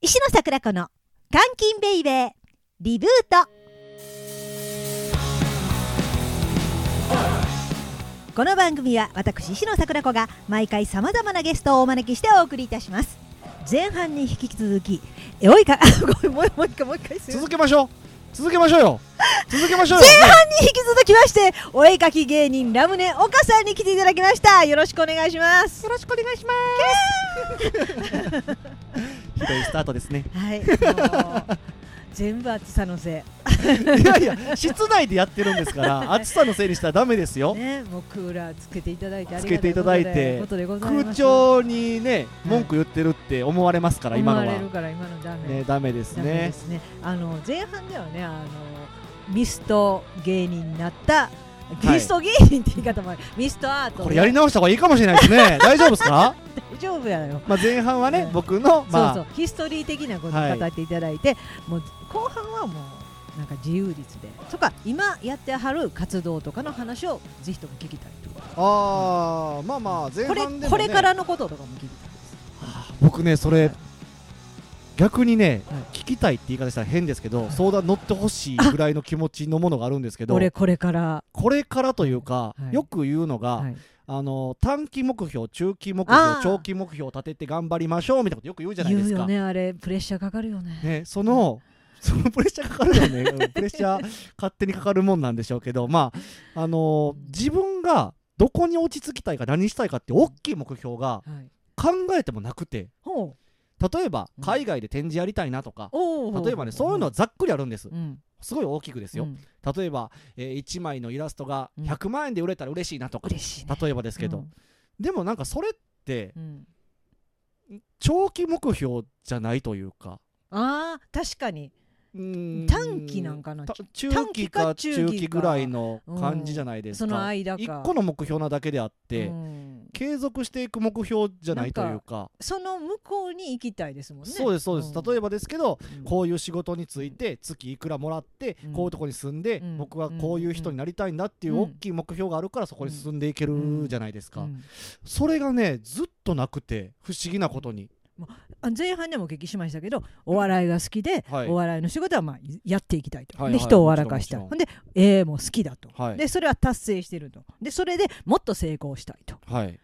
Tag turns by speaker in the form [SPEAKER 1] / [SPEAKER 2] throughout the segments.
[SPEAKER 1] 石野桜子の監禁ベイベーリブートこの番組は私石野桜子が毎回さまざまなゲストをお招きしてお送りいたします前半に引き続きえおいか ごめんもうもう一回もう一回する
[SPEAKER 2] 続けましょう続けましょうよ続けましょうよ
[SPEAKER 1] 前半に引き続きましてお絵かき芸人ラムネ岡さんに来ていただきましたよろしくお願いしますよろしくお願いします
[SPEAKER 2] ひどいスタートですね
[SPEAKER 1] はいもう全部暑さのせ
[SPEAKER 2] いやいや室内でやってるんですから暑さのせいにしたらダメです
[SPEAKER 1] い
[SPEAKER 2] よ
[SPEAKER 1] ねもうクーラーつけていただいてあり
[SPEAKER 2] つ
[SPEAKER 1] が
[SPEAKER 2] けていただいて
[SPEAKER 1] ことでございま
[SPEAKER 2] 空
[SPEAKER 1] す
[SPEAKER 2] 調にね文句言ってるって思われますから今の
[SPEAKER 1] 思わ
[SPEAKER 2] は
[SPEAKER 1] れるから今のダメ、
[SPEAKER 2] ねダメです
[SPEAKER 1] ダメ
[SPEAKER 2] ね
[SPEAKER 1] ですねあの前半ではねあのミスト芸人になった
[SPEAKER 2] い
[SPEAKER 1] ミスト芸人って言い方もある、ミストアート
[SPEAKER 2] これやり直した方がいいかもしれないですね大丈夫ですか
[SPEAKER 1] 大丈夫やよ、
[SPEAKER 2] まあ前半は
[SPEAKER 1] う
[SPEAKER 2] ね
[SPEAKER 1] ん
[SPEAKER 2] 僕のま
[SPEAKER 1] そう
[SPEAKER 2] あ
[SPEAKER 1] そうヒストリー的なこと
[SPEAKER 2] は
[SPEAKER 1] を
[SPEAKER 2] い
[SPEAKER 1] 語っていただいて、もう後半はもうなんか自由率でとか今やってはる活動とかの話をぜひとも聞きたいとか、
[SPEAKER 2] あーまあまあ前
[SPEAKER 1] これ
[SPEAKER 2] 半で
[SPEAKER 1] こ
[SPEAKER 2] もね
[SPEAKER 1] れからのこととかも聞きたいです
[SPEAKER 2] 僕ねそれ逆にね
[SPEAKER 1] はい
[SPEAKER 2] 聞きたいって言い方したら変ですけど相談乗ってほしいぐらいの気持ちのものがあるんですけど
[SPEAKER 1] 俺これから、
[SPEAKER 2] これからというか、
[SPEAKER 1] はい
[SPEAKER 2] よく言うのが、
[SPEAKER 1] はい
[SPEAKER 2] あの短期目標中期目
[SPEAKER 1] あ
[SPEAKER 2] 標
[SPEAKER 1] ー
[SPEAKER 2] 長期目標を立てて頑張りましょうみたいなことよく言うじゃないで
[SPEAKER 1] 言う
[SPEAKER 2] すか
[SPEAKER 1] よねあれプレッシャーかかるよね
[SPEAKER 2] ね そのそのプレッシャーかかるよねうんプレッシャー勝手にかかるもんなんでしょうけどまああの自分がどこに落ち着きたいか何したいかって大きい目標が
[SPEAKER 1] はい
[SPEAKER 2] 考えてもなくて
[SPEAKER 1] ほう
[SPEAKER 2] 例えば
[SPEAKER 1] うん
[SPEAKER 2] 海外で展示やりたいなとか、
[SPEAKER 1] おう
[SPEAKER 2] 例えばねそういうのはざっくりあるんです
[SPEAKER 1] うん
[SPEAKER 2] すごい大きくですよ、
[SPEAKER 1] うん
[SPEAKER 2] 例えば、え1枚のイラストが
[SPEAKER 1] うん
[SPEAKER 2] 100万円で売れたら嬉しいなとか、
[SPEAKER 1] 嬉しいね
[SPEAKER 2] 例えばですけど、でもなんかそれって
[SPEAKER 1] うんうん
[SPEAKER 2] 長期目標じゃないというか
[SPEAKER 1] あー確かに
[SPEAKER 2] うーん
[SPEAKER 1] 短期なんかな
[SPEAKER 2] た中
[SPEAKER 1] 短
[SPEAKER 2] 期
[SPEAKER 1] 期か
[SPEAKER 2] か
[SPEAKER 1] 中期
[SPEAKER 2] 中
[SPEAKER 1] か
[SPEAKER 2] 期ぐらいの感じじゃないです
[SPEAKER 1] その
[SPEAKER 2] か
[SPEAKER 1] 間か
[SPEAKER 2] 一個の目標なだけであって、
[SPEAKER 1] うん
[SPEAKER 2] 継続していく目標じゃないというか
[SPEAKER 1] その向こうに行きたいですもんね
[SPEAKER 2] そうですそうです、例えばですけど
[SPEAKER 1] ば
[SPEAKER 2] こういう仕事について月いくらもらって、
[SPEAKER 1] うん
[SPEAKER 2] こういうとこに住んで、
[SPEAKER 1] うん
[SPEAKER 2] 僕はこういう人になりたいんだっていう
[SPEAKER 1] うん
[SPEAKER 2] 大きい目標があるからそこに進んでいけるじゃないですか、
[SPEAKER 1] ん
[SPEAKER 2] それがねずっとなくて不思議なことに、
[SPEAKER 1] あ前半でもお聞きしましたけどお笑いが好きで、
[SPEAKER 2] はい
[SPEAKER 1] お笑いの仕事はまあやっていきたいと、
[SPEAKER 2] はいはい
[SPEAKER 1] で人を笑かしたい
[SPEAKER 2] も
[SPEAKER 1] ほん
[SPEAKER 2] ち
[SPEAKER 1] で絵も好きだと、
[SPEAKER 2] はい
[SPEAKER 1] でそれは達成してるとでそれでもっと成功したいと
[SPEAKER 2] はい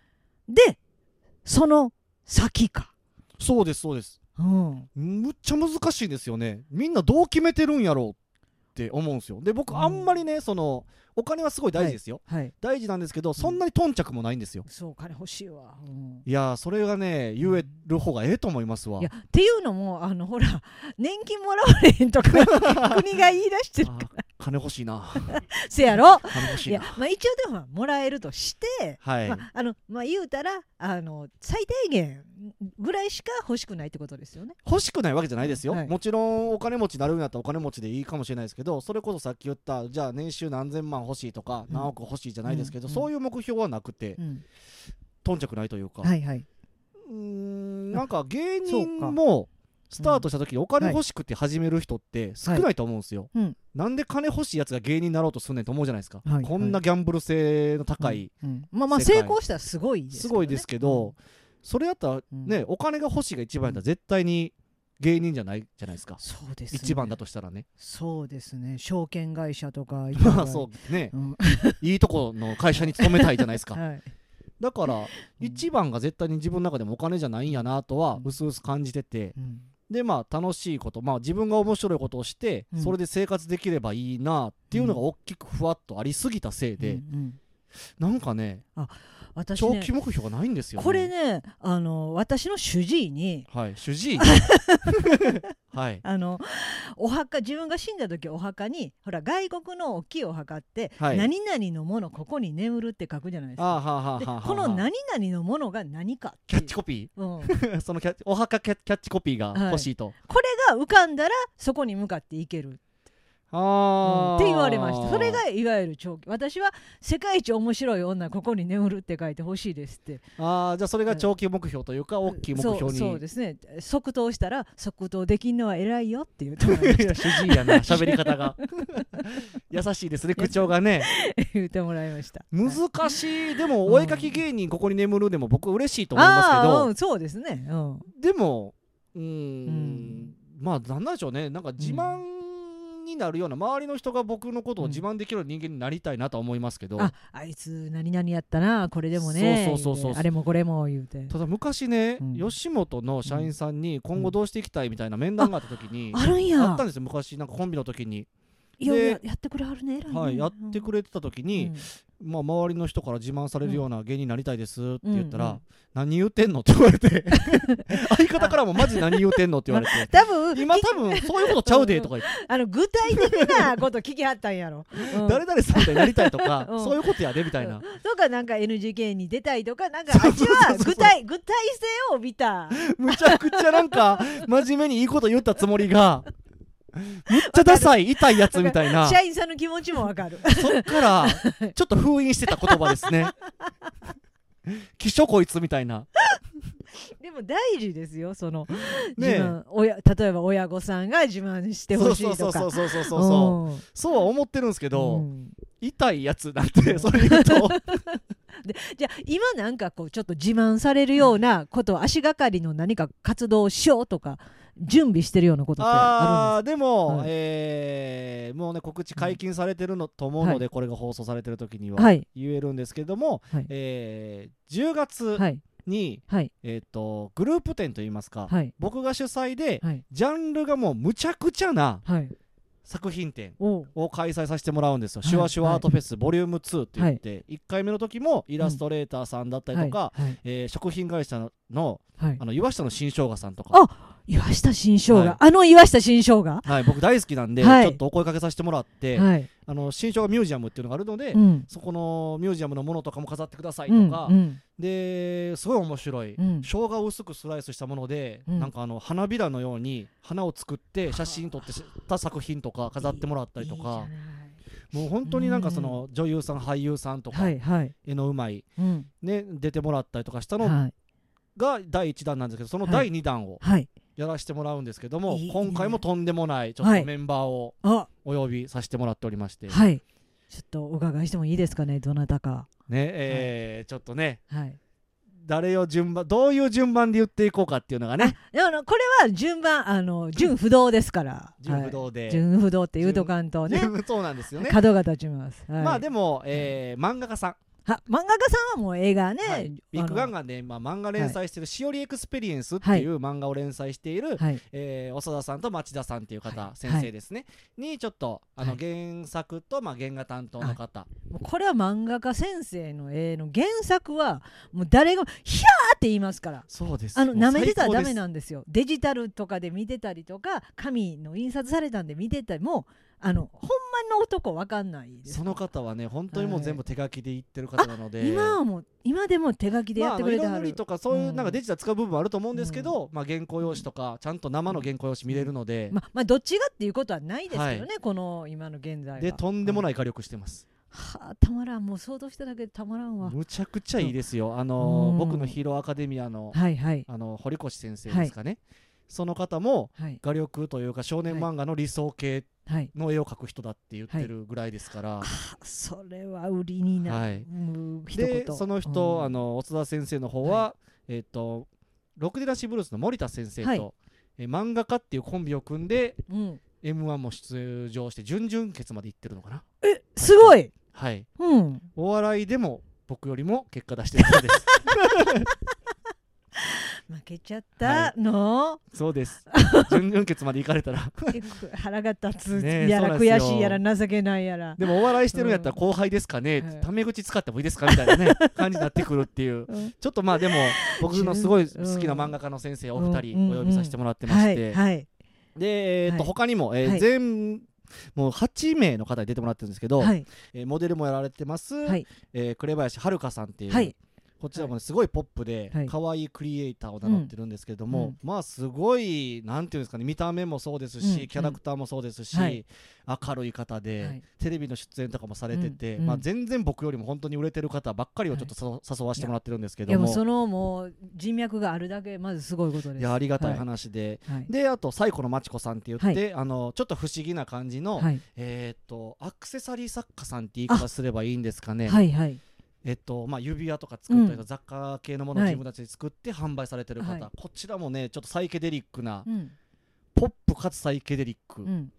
[SPEAKER 1] でその先か、
[SPEAKER 2] そうですそうです
[SPEAKER 1] うん、
[SPEAKER 2] むっちゃ難しいですよねみんなどう決めてるんやろうって思うんですよで僕
[SPEAKER 1] うん
[SPEAKER 2] あんまりね、そのお金はすごい大事ですよ、
[SPEAKER 1] はい
[SPEAKER 2] 大事なんですけどそんなに頓着もないんですよ、
[SPEAKER 1] そう金欲しいわ、うん
[SPEAKER 2] いやーそれがね言える方がええと思いますわ
[SPEAKER 1] いやっていうのもあのほら 年金もらわれへんと か国が言い出してる
[SPEAKER 2] あー金欲し いな
[SPEAKER 1] せやろ
[SPEAKER 2] 金欲し
[SPEAKER 1] い
[SPEAKER 2] い
[SPEAKER 1] や
[SPEAKER 2] な、
[SPEAKER 1] まあ、一応でももらえるとして、
[SPEAKER 2] はい、
[SPEAKER 1] まああのまあ、言うたらあの最低限ぐらいしか欲しくないってことですよね。
[SPEAKER 2] 欲しくないわけじゃないですよ、
[SPEAKER 1] はい
[SPEAKER 2] もちろんお金持ちになるんだったらお金持ちでいいかもしれないですけどそれこそさっき言ったじゃあ年収何千万欲しいとか、
[SPEAKER 1] うん
[SPEAKER 2] 何億欲しいじゃないですけど、
[SPEAKER 1] うん
[SPEAKER 2] そういう目標はなくて頓着ないというか、
[SPEAKER 1] はいはいう
[SPEAKER 2] ーんなんか芸
[SPEAKER 1] そう
[SPEAKER 2] 人
[SPEAKER 1] か
[SPEAKER 2] もスタートした時にお金欲しくて始める人って少ないと思うんですよ、
[SPEAKER 1] うん
[SPEAKER 2] なんで金欲しいやつが芸人になろうとすんねんと思うじゃないですか、
[SPEAKER 1] はい
[SPEAKER 2] こんなギャンブル性の高い、
[SPEAKER 1] うんまあまあ
[SPEAKER 2] 世界
[SPEAKER 1] 成功したらすごいですけどね
[SPEAKER 2] すごいですけど、それやったらね、お金が欲しいが一番やったら絶対に芸人じゃないじゃないですか、
[SPEAKER 1] そうですね
[SPEAKER 2] 一番だとしたらね
[SPEAKER 1] そうですね証券会社とか
[SPEAKER 2] まあ そうね
[SPEAKER 1] うん、はい
[SPEAKER 2] いいとこの会社に勤めたいじゃないです か
[SPEAKER 1] はい
[SPEAKER 2] だから一番が絶対に自分の中でもお金じゃないんやなとは
[SPEAKER 1] うん
[SPEAKER 2] うすうす感じてて
[SPEAKER 1] うん
[SPEAKER 2] でまあ楽しいことまあ自分が面白いことをして
[SPEAKER 1] うん
[SPEAKER 2] それで生活できればいいなっていうのが
[SPEAKER 1] うん
[SPEAKER 2] 大きくふわっとありすぎたせい
[SPEAKER 1] うん
[SPEAKER 2] で
[SPEAKER 1] うん
[SPEAKER 2] なんかね
[SPEAKER 1] 私
[SPEAKER 2] 長
[SPEAKER 1] ね
[SPEAKER 2] 期目標がないんですよ
[SPEAKER 1] これねあの私の主治医に
[SPEAKER 2] はい主 治医はい
[SPEAKER 1] あのお墓自分が死んだ時お墓にほら外国の大きいお墓って、
[SPEAKER 2] はい
[SPEAKER 1] 何々のものここに眠るって書くじゃないですか。
[SPEAKER 2] あーはあはあは
[SPEAKER 1] で
[SPEAKER 2] あはあ
[SPEAKER 1] この何々のものが何かって
[SPEAKER 2] キ
[SPEAKER 1] い
[SPEAKER 2] ャ
[SPEAKER 1] う
[SPEAKER 2] ッチコピ
[SPEAKER 1] うん、こ
[SPEAKER 2] ー そのキャッチお墓キャキャッチコピーが欲しいと
[SPEAKER 1] れが浮かんだらそこに向かっていける、うん
[SPEAKER 2] あー
[SPEAKER 1] って言われましたそれがいわゆる長期私は世界一面白い女ここに眠るって書いてほしいですって
[SPEAKER 2] ああじゃあそれが長期目標というか大きい目標に
[SPEAKER 1] そうそうですね即答したら即答できんのは偉いよって言ってもらいま
[SPEAKER 2] い
[SPEAKER 1] し
[SPEAKER 2] や 主治医やな喋り方が 優しいですね口調がね
[SPEAKER 1] た言ってもらいました
[SPEAKER 2] 難しいでも
[SPEAKER 1] うん
[SPEAKER 2] お絵かき芸人ここに眠るでも僕嬉しいと思い
[SPEAKER 1] ああ
[SPEAKER 2] ま
[SPEAKER 1] うん、
[SPEAKER 2] す
[SPEAKER 1] そうですね、うん
[SPEAKER 2] けどでもうーん
[SPEAKER 1] う
[SPEAKER 2] まあなんなんでしょうねなんか自慢になるような、周りの人が僕のことを自慢できるような人間になりたいなとは思いますけど、
[SPEAKER 1] ああいつ何々やったなこれでもね
[SPEAKER 2] そうそうそうそう
[SPEAKER 1] 言てあれもこれも言うて
[SPEAKER 2] ただ昔ね、
[SPEAKER 1] うん
[SPEAKER 2] 吉本の社員さんに今後どうしていきたいみたいな面談があった時に、
[SPEAKER 1] あるん
[SPEAKER 2] あ
[SPEAKER 1] や
[SPEAKER 2] ったんですよ昔なんかコンビの時に、
[SPEAKER 1] いや
[SPEAKER 2] で
[SPEAKER 1] ややってくれはるね偉いね、
[SPEAKER 2] はい、やってくれてた
[SPEAKER 1] れ
[SPEAKER 2] 時に、まあ、周りの人から自慢されるような芸人になりたいですって言ったら、
[SPEAKER 1] うんうん
[SPEAKER 2] 何言うてんのって言われて 相方からもマジ何言うてんのっ て言われて
[SPEAKER 1] 多分
[SPEAKER 2] 今多分そういうことちゃうでとか言って
[SPEAKER 1] あの具体的なこと聞きはったんや ろ、うん
[SPEAKER 2] 誰々さんになりたいとか、
[SPEAKER 1] うん
[SPEAKER 2] そういうことやでみたいな
[SPEAKER 1] とかなんか NGK に出たいとかなんかあっちは具体具体性を帯びた
[SPEAKER 2] むちゃくちゃなんか真面目にいいこと言ったつもりがむっちゃダサい痛いやつみた いな
[SPEAKER 1] 社員さんの気持ちもわかる
[SPEAKER 2] そっからちょっと封印してた言葉ですね きしょこいつみたいな
[SPEAKER 1] でも大事ですよその、
[SPEAKER 2] ねえ
[SPEAKER 1] 自慢親例えば親御さんが自慢して
[SPEAKER 2] そ
[SPEAKER 1] ほ
[SPEAKER 2] う
[SPEAKER 1] し
[SPEAKER 2] そう
[SPEAKER 1] い
[SPEAKER 2] そ
[SPEAKER 1] と
[SPEAKER 2] う
[SPEAKER 1] か
[SPEAKER 2] そうそうそうそう
[SPEAKER 1] うん
[SPEAKER 2] そうは思ってるんですけど、
[SPEAKER 1] うん
[SPEAKER 2] 痛いやつなんてそれ言うと
[SPEAKER 1] じゃあ今なんかこうちょっと自慢されるようなことを足がかりの何か活動をしようとか準備してるようなことってあ
[SPEAKER 2] あーでも、
[SPEAKER 1] はい
[SPEAKER 2] えーもうね告知解禁されてるのと思うので、これが放送されてる時に
[SPEAKER 1] るん
[SPEAKER 2] は
[SPEAKER 1] ですかはい
[SPEAKER 2] 言えるんですけども、
[SPEAKER 1] はい
[SPEAKER 2] えー10月
[SPEAKER 1] はい
[SPEAKER 2] に、
[SPEAKER 1] はい
[SPEAKER 2] えー、とグループ展といいますか、
[SPEAKER 1] はい
[SPEAKER 2] 僕が主催で、
[SPEAKER 1] はい
[SPEAKER 2] ジャンルがもうむちゃくちゃな
[SPEAKER 1] はい
[SPEAKER 2] 作品展
[SPEAKER 1] おう
[SPEAKER 2] を開催させてもらうんですよ「
[SPEAKER 1] はい
[SPEAKER 2] シュワシュワアートフェス、ボリューム2って言って、1回目の時もイラストレーターさんだったりとか、
[SPEAKER 1] はいはい
[SPEAKER 2] えー食品会社のの
[SPEAKER 1] はい
[SPEAKER 2] あの岩下の新生姜さんとか
[SPEAKER 1] あ岩下新生姜、
[SPEAKER 2] はい
[SPEAKER 1] あの岩下新生姜は
[SPEAKER 2] はい、僕大好きなんで、
[SPEAKER 1] はい
[SPEAKER 2] ちょっとお声かけさせてもらって、
[SPEAKER 1] い、
[SPEAKER 2] あの新生姜ミュージアムっていうのがあるので、
[SPEAKER 1] うん
[SPEAKER 2] そこのミュージアムのものとかも飾ってくださいと
[SPEAKER 1] うん
[SPEAKER 2] か、
[SPEAKER 1] うん
[SPEAKER 2] ですごい面白い、
[SPEAKER 1] うん
[SPEAKER 2] 生姜を薄くスライスしたもので、
[SPEAKER 1] うん
[SPEAKER 2] なんかあの花びらのように花を作って写真撮ってた作品とか飾ってもらったりとか
[SPEAKER 1] いいじ
[SPEAKER 2] もう本当になんかその女優さん俳優さんと
[SPEAKER 1] ゃ
[SPEAKER 2] か、
[SPEAKER 1] ないはいはい、
[SPEAKER 2] 絵のうまい、
[SPEAKER 1] うん、
[SPEAKER 2] ね、出てもらったりとかしたの
[SPEAKER 1] はい
[SPEAKER 2] が第1弾なんですけどその
[SPEAKER 1] は
[SPEAKER 2] 第
[SPEAKER 1] い
[SPEAKER 2] 2弾を
[SPEAKER 1] はい
[SPEAKER 2] やらせてもらうんですけども、
[SPEAKER 1] いいね
[SPEAKER 2] 今回もとんでもないちょっ
[SPEAKER 1] はい
[SPEAKER 2] とメンバーを
[SPEAKER 1] あ
[SPEAKER 2] お呼びさせてもらっておりまして。
[SPEAKER 1] はいちょっとお伺いしてもいいですかねどなたか
[SPEAKER 2] ねえーちょっとね
[SPEAKER 1] はい
[SPEAKER 2] 誰を順番どういう順番で言っていこうかっていうのがね
[SPEAKER 1] でもあのこれは順番あの順不動ですから
[SPEAKER 2] 順不動
[SPEAKER 1] は
[SPEAKER 2] で、
[SPEAKER 1] い、順不動って言うとかんとね
[SPEAKER 2] 順そうなんですよね
[SPEAKER 1] 角が立ちます、はい、
[SPEAKER 2] まあでも、えー漫画家さん、
[SPEAKER 1] は漫画家さんはもう映画ね、
[SPEAKER 2] はいビッグガン
[SPEAKER 1] が
[SPEAKER 2] ガンで、まあ、漫画連載してる「しおりエクスペリエンス」っていう漫画を連載している、
[SPEAKER 1] はい
[SPEAKER 2] えー長田さんと町田さんっていう方、
[SPEAKER 1] はい
[SPEAKER 2] 先生ですね、にちょっとあの原作と、まあ、原画担当の方、
[SPEAKER 1] もうこれは漫画家先生の絵の原作はもう誰が「ひゃー!」って言いますから
[SPEAKER 2] そうです
[SPEAKER 1] あの
[SPEAKER 2] も
[SPEAKER 1] 舐
[SPEAKER 2] う最
[SPEAKER 1] めてたらダメ
[SPEAKER 2] 高
[SPEAKER 1] なんですよデジタルとかで見てたりとか紙の印刷されたんで見てたりもあのほんまの男わかんない
[SPEAKER 2] で
[SPEAKER 1] ですす
[SPEAKER 2] その方はね本当にもう全部手書きで言ってる方なので、
[SPEAKER 1] 今はもう今でも手書きでやってくれて
[SPEAKER 2] まあ、
[SPEAKER 1] は
[SPEAKER 2] あ
[SPEAKER 1] る
[SPEAKER 2] の色塗り、とかそういう
[SPEAKER 1] うん
[SPEAKER 2] なんかデジタル使う部分もあると思うんですけど、まあ、原稿用紙とかちゃんと生の原稿用紙見れるので、
[SPEAKER 1] まあまあどっちがっていうことはないですけどね、この今の現在は
[SPEAKER 2] でとんでも
[SPEAKER 1] い、
[SPEAKER 2] ない火力してます、
[SPEAKER 1] はあたまらんもう想像しただけでたまらんわ
[SPEAKER 2] むちゃくちゃいいですよあのー
[SPEAKER 1] うん
[SPEAKER 2] 僕のヒーローアカデミアの,、
[SPEAKER 1] はいはい
[SPEAKER 2] あの堀越先生ですかね、その方も
[SPEAKER 1] はい
[SPEAKER 2] 画力というか少年漫画の理想系
[SPEAKER 1] はい
[SPEAKER 2] の絵を描く人だって言ってるぐらいですから、は
[SPEAKER 1] あそれは売りに
[SPEAKER 2] い
[SPEAKER 1] なる、うん一言
[SPEAKER 2] でその人、
[SPEAKER 1] うん
[SPEAKER 2] あの小津田先生の方は、えっ、とロクディラシブルースの森田先生と、
[SPEAKER 1] はい
[SPEAKER 2] え漫画家っていうコンビを組んで
[SPEAKER 1] うん、
[SPEAKER 2] m 1も出場して準々決まで行ってるのかな
[SPEAKER 1] えすごい、
[SPEAKER 2] はい
[SPEAKER 1] うん、
[SPEAKER 2] お笑いでも僕よりも結果出してるそうです
[SPEAKER 1] 負けちゃったの、
[SPEAKER 2] そうです準々決まで行かれ たら
[SPEAKER 1] えく腹が立つ
[SPEAKER 2] ねえ
[SPEAKER 1] やら、
[SPEAKER 2] そうなんですよ
[SPEAKER 1] 悔しいやら情けないやら、
[SPEAKER 2] でもお笑いしてるんやったら後輩ですかね、
[SPEAKER 1] うん
[SPEAKER 2] タメ口使ってもいいですかみたいなね感じになってくるっ ていう
[SPEAKER 1] うん
[SPEAKER 2] ちょっとまあでも僕のすごい好きな漫画家の先生お二人お呼びさせてもらってま
[SPEAKER 1] は
[SPEAKER 2] して、
[SPEAKER 1] いはい
[SPEAKER 2] で、えー、と
[SPEAKER 1] はい
[SPEAKER 2] 他にも、えー
[SPEAKER 1] はい
[SPEAKER 2] 全もう8名の方に出てもらってるんですけど、
[SPEAKER 1] はい
[SPEAKER 2] えーモデルもやられてます、
[SPEAKER 1] はい
[SPEAKER 2] えー紅林遥さんっていう、
[SPEAKER 1] はい
[SPEAKER 2] こちらもねすごいポップで
[SPEAKER 1] はい
[SPEAKER 2] 可愛いクリエイターを名乗ってるんですけれども、
[SPEAKER 1] うんうん
[SPEAKER 2] まあすごいなんていうんですかね見た目もそうです
[SPEAKER 1] うん
[SPEAKER 2] し、
[SPEAKER 1] うん
[SPEAKER 2] キャラクターもそうですし、
[SPEAKER 1] はい
[SPEAKER 2] 明るい方で、
[SPEAKER 1] はい
[SPEAKER 2] テレビの出演とかもされてて、
[SPEAKER 1] うんうん
[SPEAKER 2] まあ、全然僕よりも本当に売れてる方ばっかりをちょっとさ、誘わせてもらってるんですけ
[SPEAKER 1] い
[SPEAKER 2] ど
[SPEAKER 1] やも
[SPEAKER 2] も
[SPEAKER 1] うそのもう人脈があるだけまずすごいことです
[SPEAKER 2] いやありがたい話で。
[SPEAKER 1] はい
[SPEAKER 2] であと最古のまちこさんって言って、
[SPEAKER 1] はい
[SPEAKER 2] あのちょっと不思議な感じの、
[SPEAKER 1] はい
[SPEAKER 2] えーっとアクセサリー作家さんって言い方すればいいんですかね、
[SPEAKER 1] はいはい
[SPEAKER 2] えっとまあ、指輪とか作ったりとか、
[SPEAKER 1] うん
[SPEAKER 2] 雑貨系のものを
[SPEAKER 1] はい
[SPEAKER 2] 自分たちで作って販売されてる方、
[SPEAKER 1] はい
[SPEAKER 2] こちらもねちょっとサイケデリックな
[SPEAKER 1] うん
[SPEAKER 2] ポポップかつサイケデリック
[SPEAKER 1] うん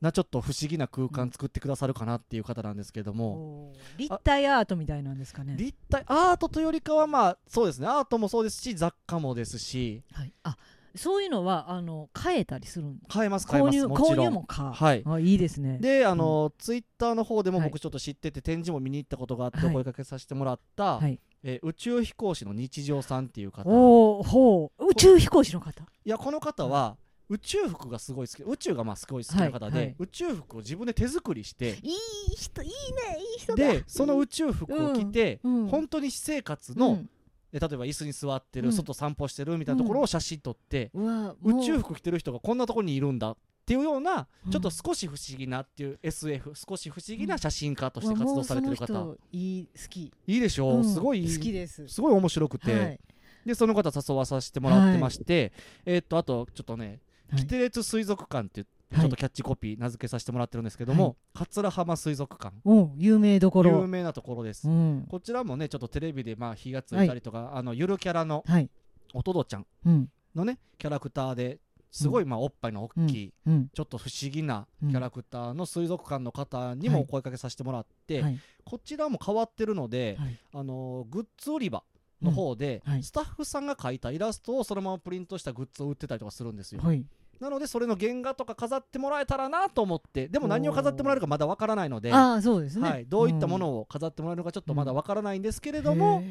[SPEAKER 2] なちょっと不思議な空間作ってくださるかなっていう方なんですけども、
[SPEAKER 1] おー立体アートみたいなんですかね。
[SPEAKER 2] 立体アートというよりかはまあそうですねアートもそうですし雑貨もですし
[SPEAKER 1] はい、あそういうのはあの買えたりするん
[SPEAKER 2] 買えます買え
[SPEAKER 1] 購
[SPEAKER 2] ます
[SPEAKER 1] 入
[SPEAKER 2] もち
[SPEAKER 1] 購
[SPEAKER 2] ろ
[SPEAKER 1] 入
[SPEAKER 2] ん
[SPEAKER 1] もか、
[SPEAKER 2] はい
[SPEAKER 1] あいいですね。
[SPEAKER 2] であの、ツイッターの方でも
[SPEAKER 1] はい
[SPEAKER 2] 僕ちょっと知ってて、展示も見に行ったことがあって
[SPEAKER 1] はい
[SPEAKER 2] お声かけさせてもらった、
[SPEAKER 1] はい、
[SPEAKER 2] えー宇宙飛行士の日常さんっていう方い
[SPEAKER 1] おおほう宇宙飛行士の方。
[SPEAKER 2] やこの方は宇宙服がすごい好き宇宙がまあすごい好きな
[SPEAKER 1] は
[SPEAKER 2] 方で、
[SPEAKER 1] いはい
[SPEAKER 2] 宇宙服を自分で手作りして
[SPEAKER 1] いい人いいねいい人だ。
[SPEAKER 2] でその宇宙服を着て、
[SPEAKER 1] うん
[SPEAKER 2] 本当に私生活の、
[SPEAKER 1] うん
[SPEAKER 2] え例えば椅子に座ってる、
[SPEAKER 1] うん
[SPEAKER 2] 外散歩してるみたいなところを写真撮って、
[SPEAKER 1] うわ
[SPEAKER 2] 宇宙
[SPEAKER 1] 服
[SPEAKER 2] 服着てる人がこんなところにいるんだっていうような、
[SPEAKER 1] うん
[SPEAKER 2] ちょっと少し不思議なっていう SF 少し不思議な写真家として活動されてる方、
[SPEAKER 1] いい好き。
[SPEAKER 2] いいでしょう、すごいいい
[SPEAKER 1] 好きです。
[SPEAKER 2] すごい面白くて、
[SPEAKER 1] はい
[SPEAKER 2] でその方誘わさせてもらってまして、えーっとあとちょっとね「
[SPEAKER 1] はい
[SPEAKER 2] キテレツ水族館」っていう
[SPEAKER 1] はい
[SPEAKER 2] ちょっとキャッチコピー名付けさせてもらってるんですけども、
[SPEAKER 1] は
[SPEAKER 2] 桂浜水族館
[SPEAKER 1] うん有名どこ
[SPEAKER 2] 有
[SPEAKER 1] ろ。
[SPEAKER 2] 名なところです、
[SPEAKER 1] うん
[SPEAKER 2] こちらもねちょっとテレビでまあ火がついたりとか、あのゆるキャラの
[SPEAKER 1] はい
[SPEAKER 2] おとどちゃん
[SPEAKER 1] うん
[SPEAKER 2] のねキャラクターですごいまあおっぱいの大きい、
[SPEAKER 1] うん
[SPEAKER 2] ちょっと不思議なキャラクターの水族館の方にも
[SPEAKER 1] はい
[SPEAKER 2] お声かけさせてもらって、
[SPEAKER 1] はい
[SPEAKER 2] こちらも変わってるので、
[SPEAKER 1] はい
[SPEAKER 2] あのグッズ売り場の方で、
[SPEAKER 1] うんはい
[SPEAKER 2] スタッフさんが描いたイラストをそのままプリントしたグッズを売ってたりとかするんですよ、
[SPEAKER 1] はい
[SPEAKER 2] なのでそれの原画とか飾ってもらえたらなと思ってでも何を飾ってもらえるかまだわからないので、は
[SPEAKER 1] ああそうですね。
[SPEAKER 2] い、どういったも
[SPEAKER 1] を
[SPEAKER 2] のを飾ってもらえるのかちょっとまだわからないんですけれども、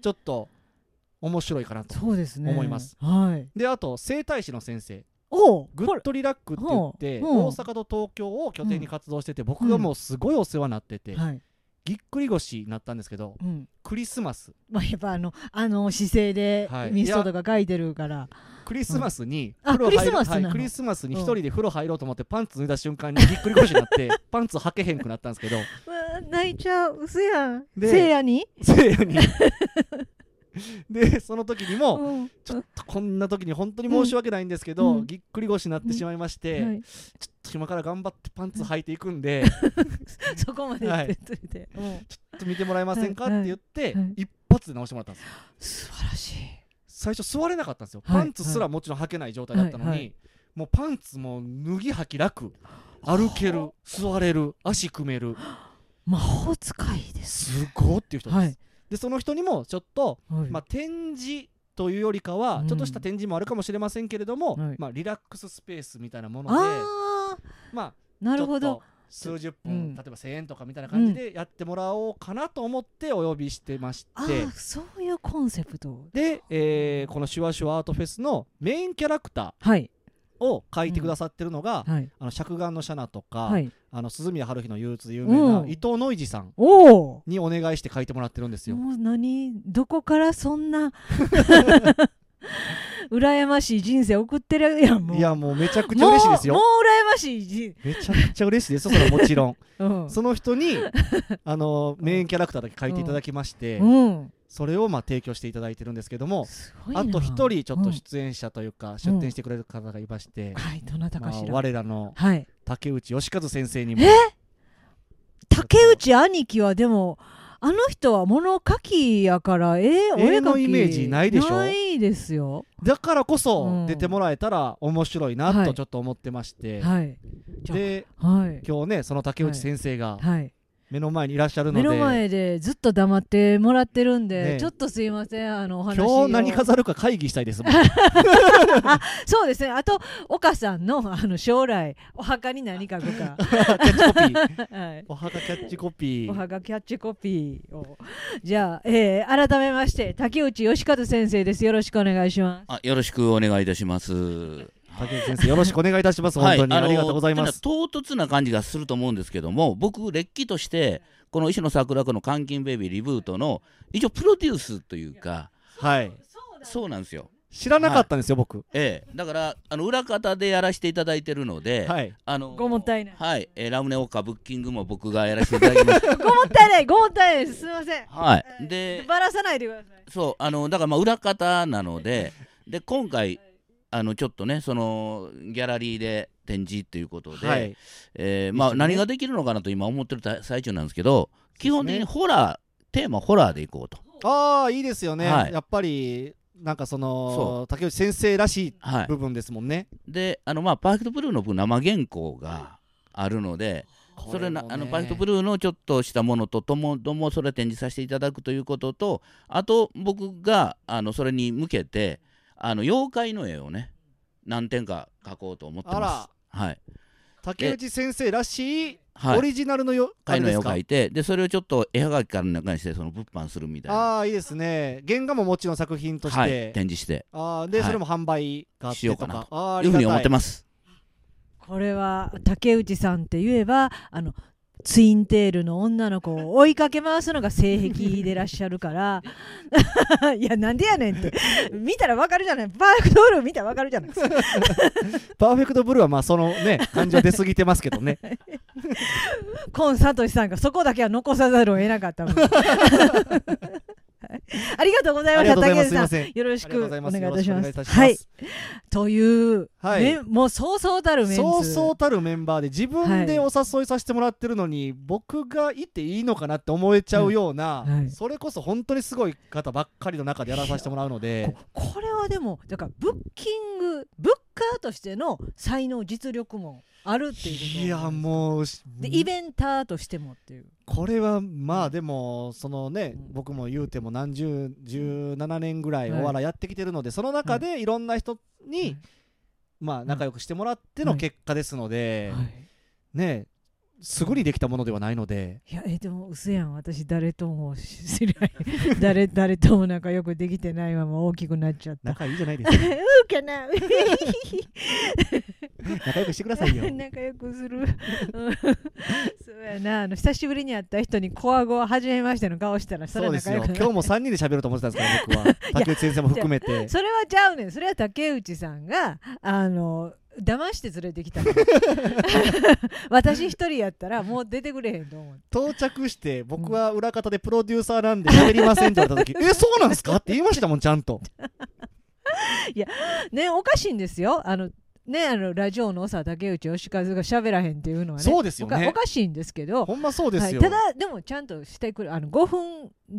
[SPEAKER 2] ちょっと面白いかなと
[SPEAKER 1] そうですね
[SPEAKER 2] 思います。
[SPEAKER 1] はい。
[SPEAKER 2] であと整体師の先生
[SPEAKER 1] おう
[SPEAKER 2] グ
[SPEAKER 1] こ
[SPEAKER 2] ッ
[SPEAKER 1] れ
[SPEAKER 2] ドリラックって言って
[SPEAKER 1] ほうほう
[SPEAKER 2] 大阪と東京を拠点に活動してて僕がもうすごいお世話になってて
[SPEAKER 1] はい。
[SPEAKER 2] ぎっくり腰になったんですけど
[SPEAKER 1] うん。
[SPEAKER 2] クリスマス
[SPEAKER 1] まあやっぱあのあの姿勢で
[SPEAKER 2] はい
[SPEAKER 1] ミストとか書いてるから。
[SPEAKER 2] クリスマスに
[SPEAKER 1] うんあ
[SPEAKER 2] 風呂
[SPEAKER 1] ク
[SPEAKER 2] 入
[SPEAKER 1] リス
[SPEAKER 2] る
[SPEAKER 1] マスなの
[SPEAKER 2] はいクリスマスに一人で風呂入ろうと思ってパンツ脱いだ瞬間にぎっくり腰になって パンツ履けへんくなったんですけど
[SPEAKER 1] うわ泣いちゃうせやん。
[SPEAKER 2] で
[SPEAKER 1] せいやに。
[SPEAKER 2] せい やにでその時にも
[SPEAKER 1] うん
[SPEAKER 2] ちょっとこんな時に本当に申し訳ないんですけ
[SPEAKER 1] う
[SPEAKER 2] ど、
[SPEAKER 1] ん
[SPEAKER 2] ぎっくり腰になってしまいまして、
[SPEAKER 1] はい
[SPEAKER 2] ちょっと今から頑張ってパンツ履いていくんで、
[SPEAKER 1] そこまで言ってといて。うん
[SPEAKER 2] ちょっと見てもらえませんかって言って、
[SPEAKER 1] はいはい
[SPEAKER 2] 一発で直してもらったんですよ
[SPEAKER 1] 素晴らしい。
[SPEAKER 2] 最初座れなかったんですよ、
[SPEAKER 1] はい
[SPEAKER 2] パンツすらもちろん履けない状態だったのに、
[SPEAKER 1] はいはい
[SPEAKER 2] もうパンツも脱ぎ履き楽歩ける座れる足組める
[SPEAKER 1] 魔法使いです。
[SPEAKER 2] すごっていう人です、
[SPEAKER 1] はい。
[SPEAKER 2] でその人にもちょっと、
[SPEAKER 1] はい
[SPEAKER 2] まあ、展示というよりかは、
[SPEAKER 1] うん
[SPEAKER 2] ちょっとした展示もあるかもしれませんけれども、
[SPEAKER 1] はい
[SPEAKER 2] まあ、リラックススペースみたいなもので
[SPEAKER 1] ああ
[SPEAKER 2] まあ
[SPEAKER 1] な
[SPEAKER 2] ち
[SPEAKER 1] る
[SPEAKER 2] ょっ
[SPEAKER 1] ほ
[SPEAKER 2] と
[SPEAKER 1] ど。
[SPEAKER 2] 数十
[SPEAKER 1] うん
[SPEAKER 2] 分、例えば1000円とかみたいな感じでやってもらおうかなと思ってお呼びしてまして、
[SPEAKER 1] ああそういうコンセプト。
[SPEAKER 2] で、えーこの「シュワシュワアートフェス」のメインキャラクター
[SPEAKER 1] はい
[SPEAKER 2] を書いてくださってるのが、
[SPEAKER 1] はい
[SPEAKER 2] あの釈眼のシャナとか、
[SPEAKER 1] はい。
[SPEAKER 2] あの鈴宮春日の憂鬱で有名な
[SPEAKER 1] うん
[SPEAKER 2] 伊藤ノイジさん
[SPEAKER 1] おお。
[SPEAKER 2] にお願いして書いてもらってるんですよ。
[SPEAKER 1] もう何どこからそん な羨ましい人生送ってるやんもう
[SPEAKER 2] いやもうめちゃくちゃ嬉しいです
[SPEAKER 1] も
[SPEAKER 2] よ
[SPEAKER 1] う。もう羨ましい人、
[SPEAKER 2] めちゃくちゃ嬉しいですよ、それはもちろん。
[SPEAKER 1] うん
[SPEAKER 2] その 人にあのメインキャラクターだけ書いていただきまして、
[SPEAKER 1] うん、
[SPEAKER 2] それをまあ提供していただいてるんですけども、
[SPEAKER 1] すごいな
[SPEAKER 2] あと一人ちょっ
[SPEAKER 1] う
[SPEAKER 2] と
[SPEAKER 1] ん
[SPEAKER 2] 出演者というか、出展してくれる方がいまして、
[SPEAKER 1] はいどなた
[SPEAKER 2] ま
[SPEAKER 1] か
[SPEAKER 2] あ
[SPEAKER 1] しら、
[SPEAKER 2] 我らの
[SPEAKER 1] はい
[SPEAKER 2] 竹内義和先生にも
[SPEAKER 1] え竹内兄貴はでもあの人は物書きやからえー、お絵
[SPEAKER 2] 絵
[SPEAKER 1] 描
[SPEAKER 2] の
[SPEAKER 1] き
[SPEAKER 2] イメージないでしょ
[SPEAKER 1] ないですよ
[SPEAKER 2] だからこ
[SPEAKER 1] うん
[SPEAKER 2] そ出てもらえたら面白いな
[SPEAKER 1] は
[SPEAKER 2] と
[SPEAKER 1] い
[SPEAKER 2] ちょっと思ってまして、
[SPEAKER 1] はいじゃあ
[SPEAKER 2] で
[SPEAKER 1] はい
[SPEAKER 2] 今日ねその竹内先生が
[SPEAKER 1] はい
[SPEAKER 2] 目の前にいらっしゃるの
[SPEAKER 1] 目
[SPEAKER 2] で、
[SPEAKER 1] の前でずっと黙ってもらってるんで、
[SPEAKER 2] ね
[SPEAKER 1] ちょっとすいませんあのお話を
[SPEAKER 2] 今日何飾るか会議したい ですもん
[SPEAKER 1] そうですね。あと、岡さんのあの将来、お墓に何書くか、
[SPEAKER 2] キャッチコピー
[SPEAKER 1] はい、
[SPEAKER 2] おはがキャッチコピ
[SPEAKER 1] お
[SPEAKER 2] ー
[SPEAKER 1] 墓キャッチコピーを。じゃあ、えー改めまして、竹内義和先生です。よろしくお願いします。
[SPEAKER 3] あよろしくお願いいたします。
[SPEAKER 2] 竹内先生よろしくお願いいたします本当に、
[SPEAKER 3] の
[SPEAKER 2] ありがとうございま
[SPEAKER 3] ち
[SPEAKER 2] す
[SPEAKER 3] ょっと唐突な感じがすると思うんですけども、僕、れっきとして、この石野桜子の監禁ベイビーリブートの、一応プロデュースというか、
[SPEAKER 2] はい
[SPEAKER 3] そうなんですよ。
[SPEAKER 2] 知らなかったんですよ、僕
[SPEAKER 3] ええ、だから、あの裏方でやらせていただいてるので、
[SPEAKER 2] はい
[SPEAKER 3] あの
[SPEAKER 1] ごもったいない
[SPEAKER 3] はい、えーラムネオカブッキングも僕がやらせていただ きます。
[SPEAKER 1] ごもったいない、ごもったいないです。すみません。
[SPEAKER 3] はい、で、
[SPEAKER 1] ばらさないでください。
[SPEAKER 3] そうあのだからまあ裏方なのでで今回あのちょっとねそのギャラリーで展示ということで、
[SPEAKER 2] はい
[SPEAKER 3] えーま
[SPEAKER 2] 一緒
[SPEAKER 3] あ、
[SPEAKER 2] にね
[SPEAKER 3] 何ができるのかなと今思ってるた最中なんですけど基本的に
[SPEAKER 2] そう
[SPEAKER 3] ホラー、テーマホラーでいこうと
[SPEAKER 2] ああいいですよね、
[SPEAKER 3] はい
[SPEAKER 2] やっぱりなんかそ
[SPEAKER 3] そ
[SPEAKER 2] の竹内先生らしい
[SPEAKER 3] はい、
[SPEAKER 2] 部分ですもんね。
[SPEAKER 3] であのまあパーフェクトブルーの僕生原稿があるので、それなあのパーフェクトブ
[SPEAKER 2] ル
[SPEAKER 3] ルーのちょっとしたものとともどもそれ展示させていただくということとあと僕があのそれに向けてあの妖怪の絵をね何点か描こうと思ってます。はい、
[SPEAKER 2] 竹内先生らしい
[SPEAKER 3] はい
[SPEAKER 2] オリジナルのよ、あれ
[SPEAKER 3] 貝の
[SPEAKER 2] で
[SPEAKER 3] 絵
[SPEAKER 2] す
[SPEAKER 3] を
[SPEAKER 2] か
[SPEAKER 3] 描いてでそれをちょっと絵はがきから中にしてその物販するみたいな、
[SPEAKER 2] ああいいですね原画ももちろん作品として、
[SPEAKER 3] はい、展示して
[SPEAKER 2] ああで、
[SPEAKER 3] はい
[SPEAKER 2] それも販売があって
[SPEAKER 3] し
[SPEAKER 2] と
[SPEAKER 3] よう
[SPEAKER 2] か
[SPEAKER 3] かな
[SPEAKER 2] あああ
[SPEAKER 3] い
[SPEAKER 2] り
[SPEAKER 3] うふ
[SPEAKER 2] が
[SPEAKER 3] う
[SPEAKER 2] た
[SPEAKER 3] に
[SPEAKER 2] い
[SPEAKER 3] 思ってます。
[SPEAKER 1] これは竹内さんって言えばあのツインテールの女の子を追いかけ回すのが性癖でらっしゃるから いやなんでやねんって見たらわかるじゃないパークドール見たらわかるじゃないですか
[SPEAKER 2] パーフェクトブルーはまあそのね感情出過ぎてますけ どね
[SPEAKER 1] コンサトシさんがそこだけは残さざるを得なかったもんはいありがとうござい
[SPEAKER 2] あ
[SPEAKER 1] ま
[SPEAKER 2] り
[SPEAKER 1] し
[SPEAKER 2] が
[SPEAKER 1] た
[SPEAKER 2] と
[SPEAKER 1] 竹
[SPEAKER 2] うございま
[SPEAKER 1] 内
[SPEAKER 2] すすいま
[SPEAKER 1] さん
[SPEAKER 2] せんあ
[SPEAKER 1] よろし
[SPEAKER 2] りがと
[SPEAKER 1] く
[SPEAKER 2] う
[SPEAKER 1] お
[SPEAKER 2] ござ
[SPEAKER 1] 願
[SPEAKER 2] い
[SPEAKER 1] い
[SPEAKER 2] ま
[SPEAKER 1] いたし
[SPEAKER 2] すよろ
[SPEAKER 1] ます
[SPEAKER 2] くお願いいたします
[SPEAKER 1] はいという、
[SPEAKER 2] はい
[SPEAKER 1] ねもうそうそうたるメンツ
[SPEAKER 2] そうそうたるメンバーで自分でお誘いさせてもらってるのに、僕がいていいのかなって思えちゃうような、
[SPEAKER 1] はいはい
[SPEAKER 2] それこそ本当にすごい方ばっかりの中でやらさせてもらうので
[SPEAKER 1] ここれはでもだからブッキングブッカーとしての才能実力もあるっていうこと
[SPEAKER 2] いやもうし
[SPEAKER 1] でイベンターとしてもっていう
[SPEAKER 2] これはまあでもそのね
[SPEAKER 1] うん
[SPEAKER 2] 僕も言うても何十17年ぐらい
[SPEAKER 1] はい
[SPEAKER 2] お笑いやってきてるのでその中でいろんな人
[SPEAKER 1] はい
[SPEAKER 2] にまあ仲良くしてもらっての
[SPEAKER 1] はい
[SPEAKER 2] 結果ですので
[SPEAKER 1] はい
[SPEAKER 2] ねすぐにできたものではないので
[SPEAKER 1] いやえでもうせやん私誰とも知り合い 誰誰ともなんかよくできてないまま大きくなっちゃった。
[SPEAKER 2] 仲いいじゃな いですか
[SPEAKER 1] うか な
[SPEAKER 2] 仲良くしてください よ
[SPEAKER 1] 仲良くする、うん そうやなあの久しぶりに会った人に小顎を初めましての顔したらそれ
[SPEAKER 2] そう
[SPEAKER 1] は
[SPEAKER 2] です
[SPEAKER 1] 仲良
[SPEAKER 2] よ
[SPEAKER 1] くない
[SPEAKER 2] 今日も3人で喋ると思ってたんです から僕は竹内先生も含めて
[SPEAKER 1] それはちゃうねんそれは竹内さんがあの騙して連れてき たの私一人やったらもう出てくれへんと思う
[SPEAKER 2] 到着して僕は裏方でプロデューサーなんで喋りませんって言われた時えそうなんですかって言いましたもんちゃんと
[SPEAKER 1] ねおかしいんですよあのねあのラジオのさ竹内義和が喋らへんっていうのはね
[SPEAKER 2] そうですよね
[SPEAKER 1] おかおかしいんですけど
[SPEAKER 2] ほんまそうですよ
[SPEAKER 1] はい、ただでもちゃんとしてくれあの5分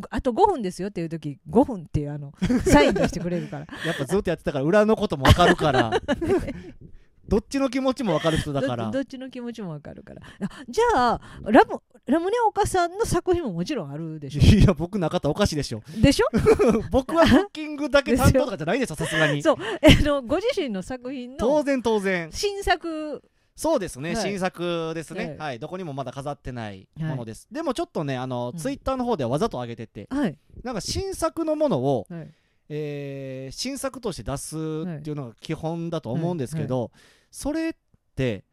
[SPEAKER 1] あと5分ですよっていう時5分っていうあ のサイン出してくれるから
[SPEAKER 2] やっぱずっとやってたから裏のこともわかるから どっちの気持ちもわかる人だから
[SPEAKER 1] どどっちの気持ちもわかるからあじゃあラムラムネ岡さんの作品ももちろんあるでし ょ
[SPEAKER 2] いや僕なかったらおかしいでしょ
[SPEAKER 1] でしょ
[SPEAKER 2] 僕はブッキングだけ担当とかじゃないでしょさすが に
[SPEAKER 1] そうあのご自身の作品
[SPEAKER 2] 当
[SPEAKER 1] の
[SPEAKER 2] 然当然
[SPEAKER 1] 新作
[SPEAKER 2] そうですね、
[SPEAKER 1] はい
[SPEAKER 2] 新作ですね、
[SPEAKER 1] はい
[SPEAKER 2] はいどこにもまだ飾ってない
[SPEAKER 1] はい
[SPEAKER 2] ものです、でもちょっとねあの、
[SPEAKER 1] うん
[SPEAKER 2] ツイッターの方ではわざと上げてて
[SPEAKER 1] はい
[SPEAKER 2] なんか新作のものを、
[SPEAKER 1] はい
[SPEAKER 2] えー新作として出すっていうのが基本だと思うんですけど、それって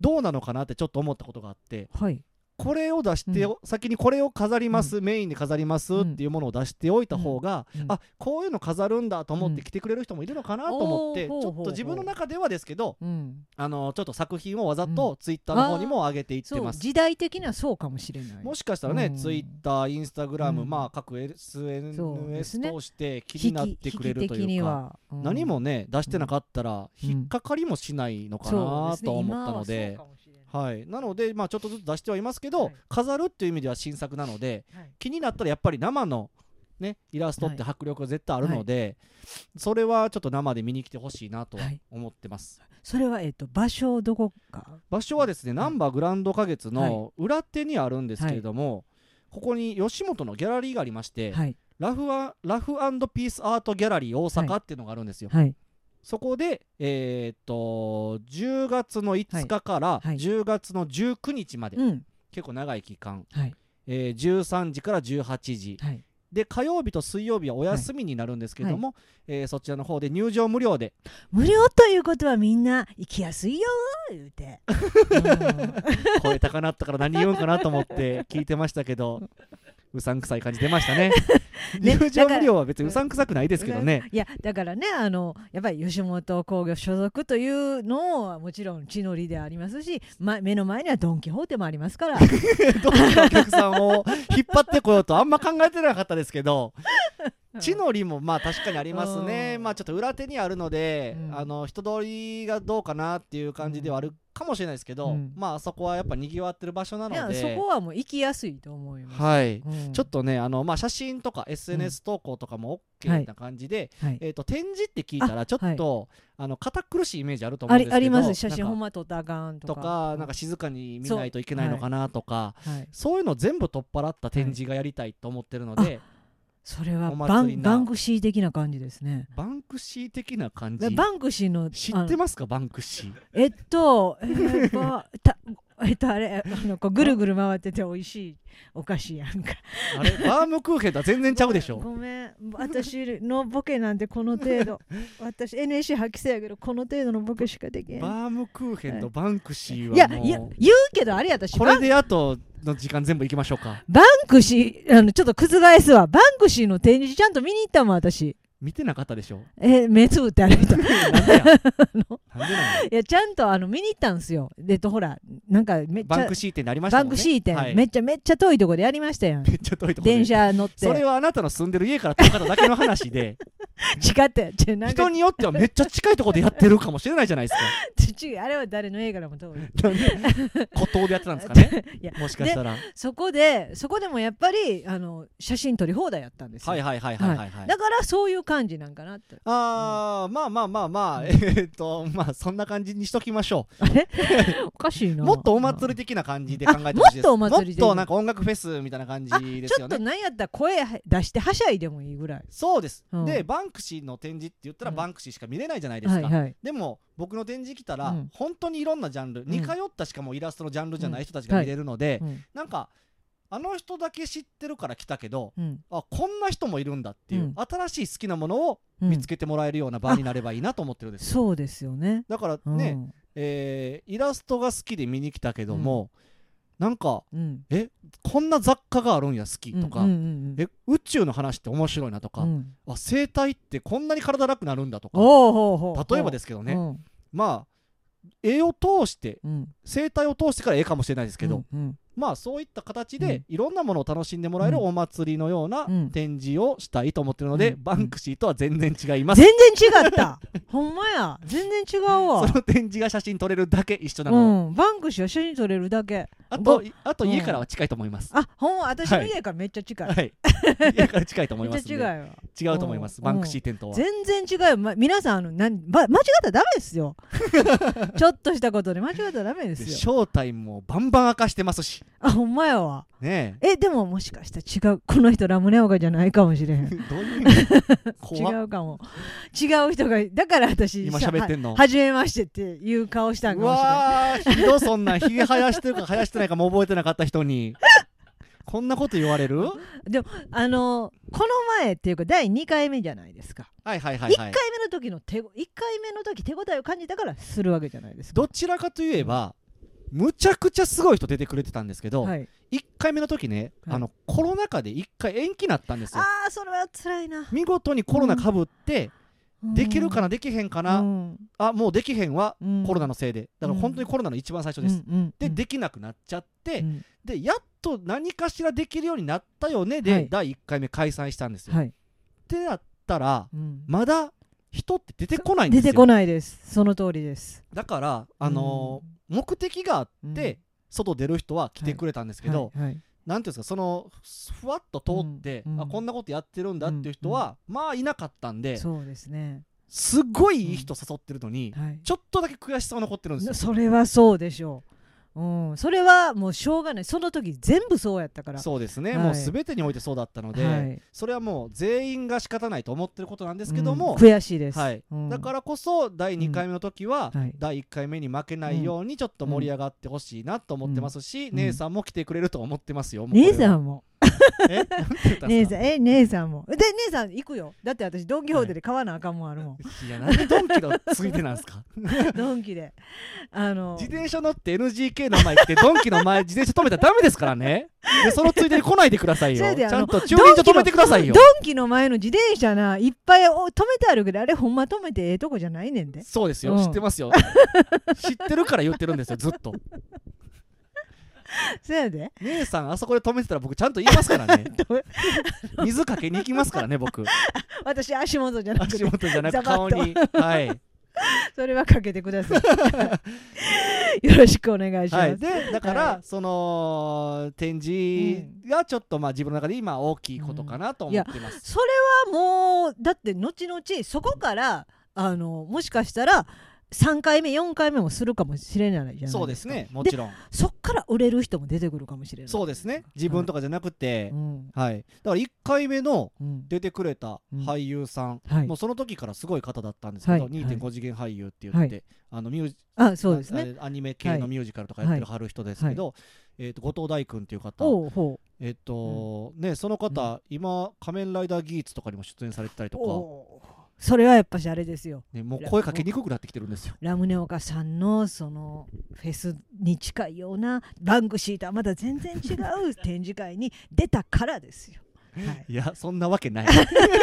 [SPEAKER 2] どうなのかなってちょっと思ったことがあって、
[SPEAKER 1] はい
[SPEAKER 2] これを出してお、先にこれを飾ります、メインで飾りますっていうものを出しておいた方が、
[SPEAKER 1] うん
[SPEAKER 2] あこういうの飾るんだと思っ
[SPEAKER 1] う
[SPEAKER 2] て
[SPEAKER 1] ん
[SPEAKER 2] 来てくれる人もいるのかなと思っ
[SPEAKER 1] おー
[SPEAKER 2] て、ち
[SPEAKER 1] ほ
[SPEAKER 2] ょ
[SPEAKER 1] うほうほ
[SPEAKER 2] っ
[SPEAKER 1] う
[SPEAKER 2] と自分の中ではですけど
[SPEAKER 1] うん
[SPEAKER 2] あのちょっと作品をわざ
[SPEAKER 1] う
[SPEAKER 2] とツイッターの方にも上げていって
[SPEAKER 1] そう
[SPEAKER 2] ます。
[SPEAKER 1] 時代的にはそうかもしれない
[SPEAKER 2] もしかしたらね、
[SPEAKER 1] うん
[SPEAKER 2] ツイッター、インスタグラム、
[SPEAKER 1] うん
[SPEAKER 2] まあ各
[SPEAKER 1] そうです
[SPEAKER 2] SNS
[SPEAKER 1] ね
[SPEAKER 2] 通して気になってくれると
[SPEAKER 1] 引き引き的
[SPEAKER 2] い
[SPEAKER 1] に
[SPEAKER 2] うか、
[SPEAKER 1] は、うん
[SPEAKER 2] 何もね出してなかったら引っかかりもしないのか
[SPEAKER 1] そう
[SPEAKER 2] な
[SPEAKER 1] ですね
[SPEAKER 2] と思ったの
[SPEAKER 1] 今
[SPEAKER 2] で、
[SPEAKER 1] はそうかもしれない
[SPEAKER 2] はい、なので、まあ、ちょっとずつ出してはいますけど、
[SPEAKER 1] はい
[SPEAKER 2] 飾るっていう意味では新作なので、
[SPEAKER 1] はい
[SPEAKER 2] 気になったらやっぱり生の、ね、イラストって迫力が絶対あるので、それはちょっと生で見に来てほしいなとは
[SPEAKER 1] はい
[SPEAKER 2] 思ってます、
[SPEAKER 1] それはえっ、と場所どこか
[SPEAKER 2] 場所はですね、ナンバーグランド花月の裏手にあるんですけれども、ここに吉本のギャラリーがありまして、
[SPEAKER 1] はい
[SPEAKER 2] ラフアラフピースアートギャラリー大阪っていうのがあるんですよ、
[SPEAKER 1] はい
[SPEAKER 2] そこで、えーっと10月の5日から
[SPEAKER 1] はい
[SPEAKER 2] 10月の19日まで、
[SPEAKER 1] うん
[SPEAKER 2] 結構長い期間
[SPEAKER 1] はい
[SPEAKER 2] えー13時から18時
[SPEAKER 1] はい
[SPEAKER 2] で火曜日と水曜日はお休みになるんですけども、えーそちらの方で入場無料で
[SPEAKER 1] 無料ということはみんな行きやすいよー言う て、うん
[SPEAKER 2] 声高なったから何言うんかなと思って聞いてましたけど うさんくさい感じ出ましたね
[SPEAKER 1] ね
[SPEAKER 2] 入場無料は別にうさんくさくないですけどね
[SPEAKER 1] いやだからねあのやっぱり吉本興業所属というのはもちろん地の利でありますし、ま、目の前にはドン・キホーテもあります から
[SPEAKER 2] どっちのお客さんを引っ張ってこようとあんま考えてなかったですけど地の利もまあ確かにありますね
[SPEAKER 1] うん
[SPEAKER 2] まあちょっと裏手にあるので、
[SPEAKER 1] うん
[SPEAKER 2] あの人通りがどうかなっていう感じではあるかもしれないですけど、
[SPEAKER 1] うん
[SPEAKER 2] まああそこはやっぱにぎわってる場所なの
[SPEAKER 1] いや
[SPEAKER 2] で
[SPEAKER 1] そこはもう行きやすいと思います、
[SPEAKER 2] はい、
[SPEAKER 1] うん
[SPEAKER 2] ちょっとねあの、まあ、写真とか SNS 投稿とかも OK な感じで、
[SPEAKER 1] はい
[SPEAKER 2] えー、と展示って聞いたらちょっとあ、の堅苦しいイメージあると思
[SPEAKER 1] あ
[SPEAKER 2] うんですけ
[SPEAKER 1] り
[SPEAKER 2] ど
[SPEAKER 1] あります写真
[SPEAKER 2] な
[SPEAKER 1] ほん
[SPEAKER 2] んか
[SPEAKER 1] ま撮ったらあかんとか
[SPEAKER 2] とかなんか静かに見ないといけないのかなとか
[SPEAKER 1] はい、
[SPEAKER 2] そう,、いうの全部取っ払った展示がやりたいと思ってるので、
[SPEAKER 1] それは
[SPEAKER 2] お
[SPEAKER 1] バ
[SPEAKER 2] 祭り
[SPEAKER 1] ン
[SPEAKER 2] な
[SPEAKER 1] バンクシー的な感じですね
[SPEAKER 2] バンクシー的な感
[SPEAKER 1] で
[SPEAKER 2] じ
[SPEAKER 1] バンクシーの
[SPEAKER 2] 知
[SPEAKER 1] あの
[SPEAKER 2] ってますかバンクシー
[SPEAKER 1] えっと、えーばた えっと、あれ、あのこうぐるぐる回ってて美味しいお菓子やんか。
[SPEAKER 2] あれバームクーヘンとは全然ちゃうでしょ
[SPEAKER 1] ごめん、私のボケなんてこの程 度。私、NSC 発揮せやけど、この程度のボケしかできへん。
[SPEAKER 2] バームクーヘンとバンクシー
[SPEAKER 1] いや、
[SPEAKER 2] はい
[SPEAKER 1] や
[SPEAKER 2] もう、
[SPEAKER 1] 言うけど、あれや私、
[SPEAKER 2] こ
[SPEAKER 1] バン
[SPEAKER 2] れであとの時間全部いきましょうか
[SPEAKER 1] バンクシー、あの、ちょっと覆すわ。バンクシーの展示ちゃんと見に行ったもん、私。
[SPEAKER 2] 見てなかったで しょ
[SPEAKER 1] え、目つぶって歩 いた。い
[SPEAKER 2] なんでやなんでなんや
[SPEAKER 1] や、ちゃんとあの見に行ったんすよ。で、と、ほら、なんかめっちゃ、
[SPEAKER 2] バンクシー店でありました
[SPEAKER 1] バン
[SPEAKER 2] もんね
[SPEAKER 1] クシー店、
[SPEAKER 2] はい
[SPEAKER 1] めっちゃめっちゃ遠いとこでやりましたやん。
[SPEAKER 2] めっちゃ遠いとこで
[SPEAKER 1] 電車乗って。
[SPEAKER 2] それはあなたの住んでる家から遠かっただけの話で
[SPEAKER 1] 違ったよ。違う なん
[SPEAKER 2] 人
[SPEAKER 1] か
[SPEAKER 2] によってはめっちゃ近いとこでやってるかもしれないじゃないです
[SPEAKER 1] 違うあれは誰の映画でもどう
[SPEAKER 2] かなんで孤島でやってたんですかね
[SPEAKER 1] いや
[SPEAKER 2] もしかしたら
[SPEAKER 1] そこでそこでもやっぱりあの写真撮り放題やったんですよ、
[SPEAKER 2] はいはいはいはいはいはい
[SPEAKER 1] だからそういう感じなんかなって
[SPEAKER 2] あーまあまあまあまあ、
[SPEAKER 1] うん
[SPEAKER 2] えーっとまあそんな感じにしときましょ
[SPEAKER 1] おかしいうな
[SPEAKER 2] もっとお
[SPEAKER 1] り
[SPEAKER 2] 祭り的な感じで考えてほしいです
[SPEAKER 1] あもっとお祭りで
[SPEAKER 2] もっとなんか音楽フェスみたいな感じです
[SPEAKER 1] ちょ
[SPEAKER 2] よ
[SPEAKER 1] っと
[SPEAKER 2] ね
[SPEAKER 1] なんやったら声出してはしゃいでもいいぐらい
[SPEAKER 2] そうです、
[SPEAKER 1] うん
[SPEAKER 2] でバンクシーの展示って言ったら
[SPEAKER 1] うん
[SPEAKER 2] バンクシーしか見れないじゃないです
[SPEAKER 1] は
[SPEAKER 2] か、
[SPEAKER 1] いはい
[SPEAKER 2] でも僕の展示来たら、
[SPEAKER 1] うん
[SPEAKER 2] 本当にいろんなジャンル、
[SPEAKER 1] ん
[SPEAKER 2] 似通ったしかもうイラストのジャンルじゃない人たち
[SPEAKER 1] うん
[SPEAKER 2] が
[SPEAKER 1] はい
[SPEAKER 2] 見れるので、
[SPEAKER 1] うん
[SPEAKER 2] なんかあの人だけ知ってるから来たけど
[SPEAKER 1] うん
[SPEAKER 2] あこんな人もいるんだっていう、
[SPEAKER 1] うん
[SPEAKER 2] 新しい好きなものを
[SPEAKER 1] うん
[SPEAKER 2] 見つけてもらえるような場になればいいなと思ってるんですよ、
[SPEAKER 1] そうですよね
[SPEAKER 2] だから
[SPEAKER 1] うん
[SPEAKER 2] ね、えーイラストが好きで見に来たけども、なんか
[SPEAKER 1] うん
[SPEAKER 2] こんな雑貨があるんや好きとか、
[SPEAKER 1] うんうんうん
[SPEAKER 2] え宇宙の話って面白いなとか、
[SPEAKER 1] うん
[SPEAKER 2] あ生態ってこんなに体楽になるんだとか
[SPEAKER 1] おうほうほうほう
[SPEAKER 2] 例えばですけどね、
[SPEAKER 1] うん
[SPEAKER 2] まあ絵を通して
[SPEAKER 1] うん
[SPEAKER 2] 生態を通してから絵かもしれないですけど、
[SPEAKER 1] うんうん
[SPEAKER 2] まあそういった形
[SPEAKER 1] う
[SPEAKER 2] で
[SPEAKER 1] ん
[SPEAKER 2] いろんなものを楽しんでもらえる
[SPEAKER 1] うん
[SPEAKER 2] お祭りのような
[SPEAKER 1] うん
[SPEAKER 2] 展示をしたいと思ってるので、
[SPEAKER 1] うん
[SPEAKER 2] バンクシーとは全然違います、
[SPEAKER 1] 全然違った ほんまや全然違うわ
[SPEAKER 2] その展示が写真撮れるだけ一緒なの、
[SPEAKER 1] うん、バンクシーは写真撮れるだけ
[SPEAKER 2] あ
[SPEAKER 1] ご
[SPEAKER 2] とあと家からは近いと思います、
[SPEAKER 1] あほんま私
[SPEAKER 2] は
[SPEAKER 1] の
[SPEAKER 2] い
[SPEAKER 1] 家からめっちゃ近い、
[SPEAKER 2] はい家から近いと思
[SPEAKER 1] め
[SPEAKER 2] いま
[SPEAKER 1] っ
[SPEAKER 2] すん
[SPEAKER 1] ちゃ違
[SPEAKER 2] で
[SPEAKER 1] うわ
[SPEAKER 2] 違うと思います
[SPEAKER 1] うん
[SPEAKER 2] バンクシー店とは
[SPEAKER 1] 全然違うよ、ま、皆さんあのなんば間違ったらダメです よちょっとしたことで間違ったらダメで
[SPEAKER 2] です
[SPEAKER 1] よ
[SPEAKER 2] 正体もバンバン明かしてますし
[SPEAKER 1] あほんまやわ
[SPEAKER 2] ね
[SPEAKER 1] えでももしかしたら違うこの人ラムネオカじゃないかもしれへ
[SPEAKER 2] え
[SPEAKER 1] ん
[SPEAKER 2] どういう意味
[SPEAKER 1] 違
[SPEAKER 2] 怖っ
[SPEAKER 1] うかも違う人がだから私
[SPEAKER 2] 今
[SPEAKER 1] さ
[SPEAKER 2] 喋ってんの
[SPEAKER 1] は初めましてっていう顔したん
[SPEAKER 2] う
[SPEAKER 1] かもしれない
[SPEAKER 2] わーひどそんなひげ生やしてるか生やしてないかも覚えてなかった人にこんなこと言われ るはい
[SPEAKER 1] あのこの前っていうか第2回目じゃないですか、
[SPEAKER 2] はいはいはい
[SPEAKER 1] 1回目の時の手ご一回目の時手応えを感じたからするわけじゃないですか
[SPEAKER 2] どちらかといえばむちゃくちゃすごい人出てくれてたんですけど、
[SPEAKER 1] はい、
[SPEAKER 2] 1回目の時ね、
[SPEAKER 1] はい
[SPEAKER 2] あのコロナ禍で1回延期になったんですよ
[SPEAKER 1] ああそれは辛いな
[SPEAKER 2] 見事にコロナかぶって、できるか
[SPEAKER 1] な、
[SPEAKER 2] なできへんか
[SPEAKER 1] う
[SPEAKER 2] な、
[SPEAKER 1] ん
[SPEAKER 2] あもうできへんは
[SPEAKER 1] うん
[SPEAKER 2] コロナのせいでだから本当にコロナの一番最初です、
[SPEAKER 1] うんうん
[SPEAKER 2] でできなくなっちゃって、
[SPEAKER 1] うん
[SPEAKER 2] でやっと何かしらできるようになったよねで、
[SPEAKER 1] はい
[SPEAKER 2] 第1回目開催したんですよ、
[SPEAKER 1] はい、
[SPEAKER 2] ってなったら
[SPEAKER 1] うん
[SPEAKER 2] まだ人って出てこないんで
[SPEAKER 1] 出
[SPEAKER 2] すよ
[SPEAKER 1] てこないですその通りです
[SPEAKER 2] だからあのー目的があって、
[SPEAKER 1] うん
[SPEAKER 2] 外出る人は来てくれたんですけど、
[SPEAKER 1] はいはい
[SPEAKER 2] なんていうんですかそのふわっと通って、
[SPEAKER 1] うんうん
[SPEAKER 2] あこんなことやってるんだっていう人は、まあいなかったんで
[SPEAKER 1] そうですね
[SPEAKER 2] すごいいい人誘ってるのに、
[SPEAKER 1] はい
[SPEAKER 2] ちょっとだけ悔しさが残ってるんですよ。
[SPEAKER 1] それはそうでしょう、うん、それはもうしょうがないその時全部そうやったから
[SPEAKER 2] そうですね、
[SPEAKER 1] はい
[SPEAKER 2] もう全てにおいてそうだったので、
[SPEAKER 1] はい
[SPEAKER 2] それはもう全員が仕方ないと思ってることなんですけど
[SPEAKER 1] うん
[SPEAKER 2] も、
[SPEAKER 1] 悔しいです、
[SPEAKER 2] はい
[SPEAKER 1] うん
[SPEAKER 2] だからこそ第2回目の時は、
[SPEAKER 1] はい
[SPEAKER 2] 第1回目に負けないようにちょっと盛り上がってほしいなと思ってますし、
[SPEAKER 1] うん
[SPEAKER 2] 姉さんも来てくれると思ってますよ。
[SPEAKER 1] 姉さ
[SPEAKER 2] ん
[SPEAKER 1] んも
[SPEAKER 2] えなんて言ったん
[SPEAKER 1] 姉
[SPEAKER 2] です
[SPEAKER 1] さ
[SPEAKER 2] か
[SPEAKER 1] んえ姉さんもで姉さん行くよだって私ドン・キホーテで買わなあかんもんあるもん、
[SPEAKER 2] いやなんでドンキのついてなんですか
[SPEAKER 1] ドンキであの
[SPEAKER 2] 自転車乗って NGK の前来てドンキの前自転車止めたらダメですからねでそのついでに来ないでください
[SPEAKER 1] そ
[SPEAKER 2] よ
[SPEAKER 1] う
[SPEAKER 2] ち
[SPEAKER 1] だよ
[SPEAKER 2] ゃんと駐輪場止めてくださいよ
[SPEAKER 1] ドンキの前の自転車ないっぱいお止めてあるけどあれほんま止めてええとこじゃないねんで
[SPEAKER 2] そうですよ、
[SPEAKER 1] うん
[SPEAKER 2] 知ってますよ知ってるから言ってるんですよずっと
[SPEAKER 1] そやで
[SPEAKER 2] 姉さんあそこで止めてたら僕ちゃんと言いますからね
[SPEAKER 1] どう
[SPEAKER 2] 水かけに行きますから ね僕
[SPEAKER 1] 私足元じゃなく
[SPEAKER 2] 足
[SPEAKER 1] て
[SPEAKER 2] 元じゃな
[SPEAKER 1] ザ
[SPEAKER 2] く
[SPEAKER 1] バ
[SPEAKER 2] 顔
[SPEAKER 1] ッと
[SPEAKER 2] にはい
[SPEAKER 1] それはかけてください よろしくお願いしま
[SPEAKER 2] は
[SPEAKER 1] す。
[SPEAKER 2] い、でだから、その展示がちょっとまあ自分の中で今大きいことかなと思ってます。
[SPEAKER 1] それはもうだって後々そこからあのもしかしたら3回目4回目もするかもしれないじゃないですか
[SPEAKER 2] そうですねもちろん
[SPEAKER 1] そっから売れる人も出てくるかもしれない
[SPEAKER 2] そうですね自分とかじゃなくて
[SPEAKER 1] う、ん
[SPEAKER 2] はい、だから1回目の
[SPEAKER 1] うん
[SPEAKER 2] 出てくれた俳優さん、
[SPEAKER 1] はい
[SPEAKER 2] もうその時からすごい方だったんですけど、
[SPEAKER 1] はい
[SPEAKER 2] 2.5次元俳優って言って、
[SPEAKER 1] はい
[SPEAKER 2] あのミュージ
[SPEAKER 1] あそうですね
[SPEAKER 2] あアニメ系のミュージカルとかやってるはる人ですけど、えー、と後藤大君っていう方、
[SPEAKER 1] おうほ
[SPEAKER 2] えっ、と、ねその方、今「仮面ライダーギーツ」とかにも出演されてたり
[SPEAKER 1] う
[SPEAKER 2] とか、
[SPEAKER 1] おうそれはやっぱしあれですよ
[SPEAKER 2] ね、もう声かけにくくなってきてる んですよ。
[SPEAKER 1] ラムネ岡さんのそのフェスに近いようなバンクシーとはまだ全然違う展示会に出たからですよ。はい
[SPEAKER 2] いやそんなわけない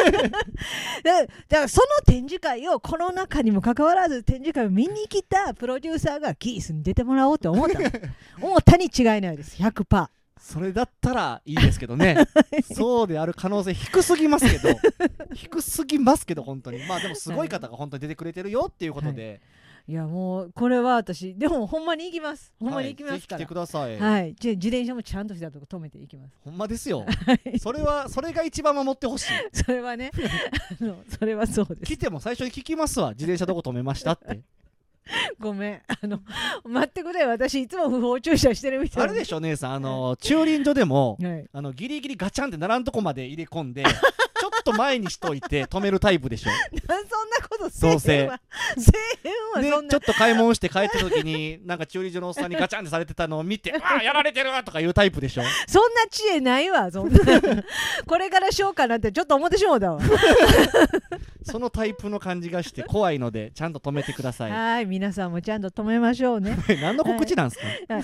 [SPEAKER 1] だだからその展示会をコロナ禍にもかかわらず展示会を見に来たプロデューサーがギースに出てもらおうって思 ったの思ったに違いないです100%
[SPEAKER 2] それだったらいいですけどねそうである可能性低すぎますけど低すぎますけど本当にまあでもすごい方が本当に出てくれてるよっていうことで、
[SPEAKER 1] いやもうこれは私でもほんまに行きますほんまに行きますか
[SPEAKER 2] はいぜひ来て
[SPEAKER 1] ら
[SPEAKER 2] ください、
[SPEAKER 1] はいじゃあ自転車もちゃんとしたとこ止めていきます
[SPEAKER 2] ほんまですよ
[SPEAKER 1] はい
[SPEAKER 2] それはそれが一番守ってほしい
[SPEAKER 1] それ はねあのそれはそうです
[SPEAKER 2] 来ても最初に聞きますわ自転車どこ止めましたって
[SPEAKER 1] ごめんあの待ってくれ私いつも不法駐車してるみたい
[SPEAKER 2] あ
[SPEAKER 1] な
[SPEAKER 2] れでしょ姉さんあの駐輪場でも
[SPEAKER 1] はい
[SPEAKER 2] あのギリギリガチャンって並んとこまで入れ込んでちょっと前にしといて止めるタイプでしょ
[SPEAKER 1] なそんなことせ
[SPEAKER 2] どう
[SPEAKER 1] えへ
[SPEAKER 2] せ
[SPEAKER 1] んわせえへ
[SPEAKER 2] ね
[SPEAKER 1] んわそん
[SPEAKER 2] ち
[SPEAKER 1] な
[SPEAKER 2] ょっと買い物して帰った 時になんか駐輪場のおっさんにガチャンってされてたのを見てああやられてるわとかいうタイプでしょ
[SPEAKER 1] そんな知恵ないわそんな これからしようかなってちょっと思ってしもうたわ
[SPEAKER 2] そのタイプの感じがして怖いのでちゃんと止めてください
[SPEAKER 1] はい、皆さんもちゃんと止めましょうね。
[SPEAKER 2] 何の告知なんですか、